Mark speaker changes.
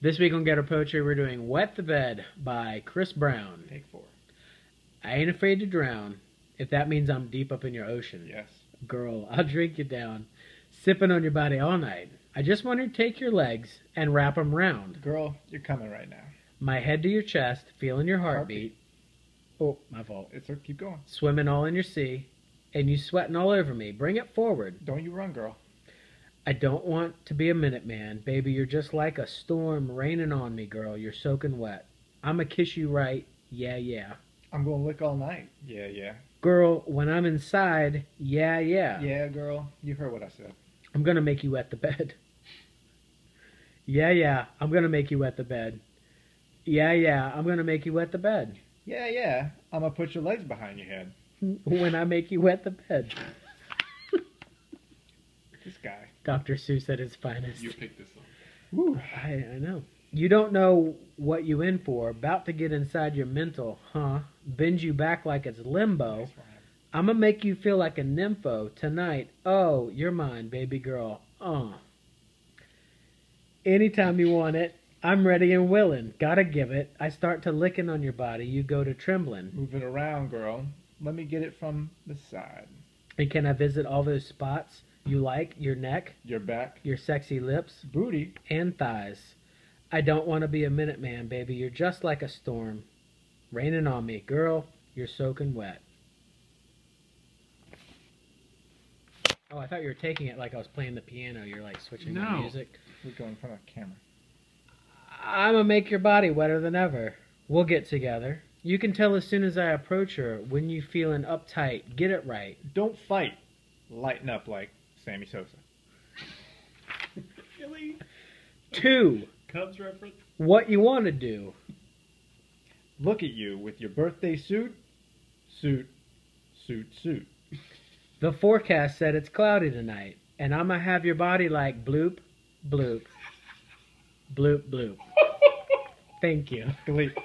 Speaker 1: This week on Ghetto Poetry, we're doing Wet the Bed by Chris Brown.
Speaker 2: Take four.
Speaker 1: I ain't afraid to drown if that means I'm deep up in your ocean.
Speaker 2: Yes.
Speaker 1: Girl, I'll drink you down, sipping on your body all night. I just want to take your legs and wrap 'em round.
Speaker 2: Girl, you're coming right now.
Speaker 1: My head to your chest, feeling your heartbeat. Oh, my fault.
Speaker 2: It's a, keep going.
Speaker 1: Swimming all in your sea, and you sweating all over me. Bring it forward.
Speaker 2: Don't you run, girl.
Speaker 1: I don't want to be a minute man. Baby, you're just like a storm raining on me, girl. You're soaking wet. I'ma kiss you right. Yeah, yeah.
Speaker 2: I'm gonna lick all night. Yeah, yeah.
Speaker 1: Girl, when I'm inside, yeah, yeah.
Speaker 2: Yeah, girl. You heard what I said.
Speaker 1: I'm gonna make you wet the bed. yeah, yeah. I'm gonna make you wet the bed. Yeah, yeah. I'm gonna make you wet the bed.
Speaker 2: Yeah, yeah. I'm gonna put your legs behind your head.
Speaker 1: when I make you wet the bed.
Speaker 2: This guy.
Speaker 1: Dr. Seuss at his finest.
Speaker 3: You picked this song.
Speaker 2: Woo.
Speaker 1: I, I know. You don't know what you in for. About to get inside your mental, huh? Bend you back like it's limbo.
Speaker 2: Nice rhyme.
Speaker 1: I'ma make you feel like a nympho tonight. Oh, you're mine, baby girl. Uh. Anytime you want it, I'm ready and willing. Gotta give it. I start to licking on your body. You go to trembling.
Speaker 2: Move it around, girl. Let me get it from the side.
Speaker 1: And can I visit all those spots you like? Your neck,
Speaker 2: Your back.
Speaker 1: your sexy lips,
Speaker 2: Booty.
Speaker 1: and thighs. I don't want to be a minute man, baby. You're just like a storm raining on me. Girl, you're soaking wet. Oh, I thought you were taking it like I was playing the piano. You're like switching the
Speaker 3: No.
Speaker 1: music.
Speaker 2: We go in front of the camera.
Speaker 1: I'ma make your body wetter than ever. We'll get together. You can tell as soon as I approach her when you feeling uptight. Get it right.
Speaker 2: Don't fight. Lighten up like Sammy Sosa.
Speaker 3: Really?
Speaker 1: Two,
Speaker 3: Cubs reference?
Speaker 1: what you want to do.
Speaker 2: Look at you with your birthday suit, suit, suit, suit.
Speaker 1: The forecast said it's cloudy tonight, and I'ma have your body like bloop, bloop, bloop, bloop. Thank you.
Speaker 2: Delete.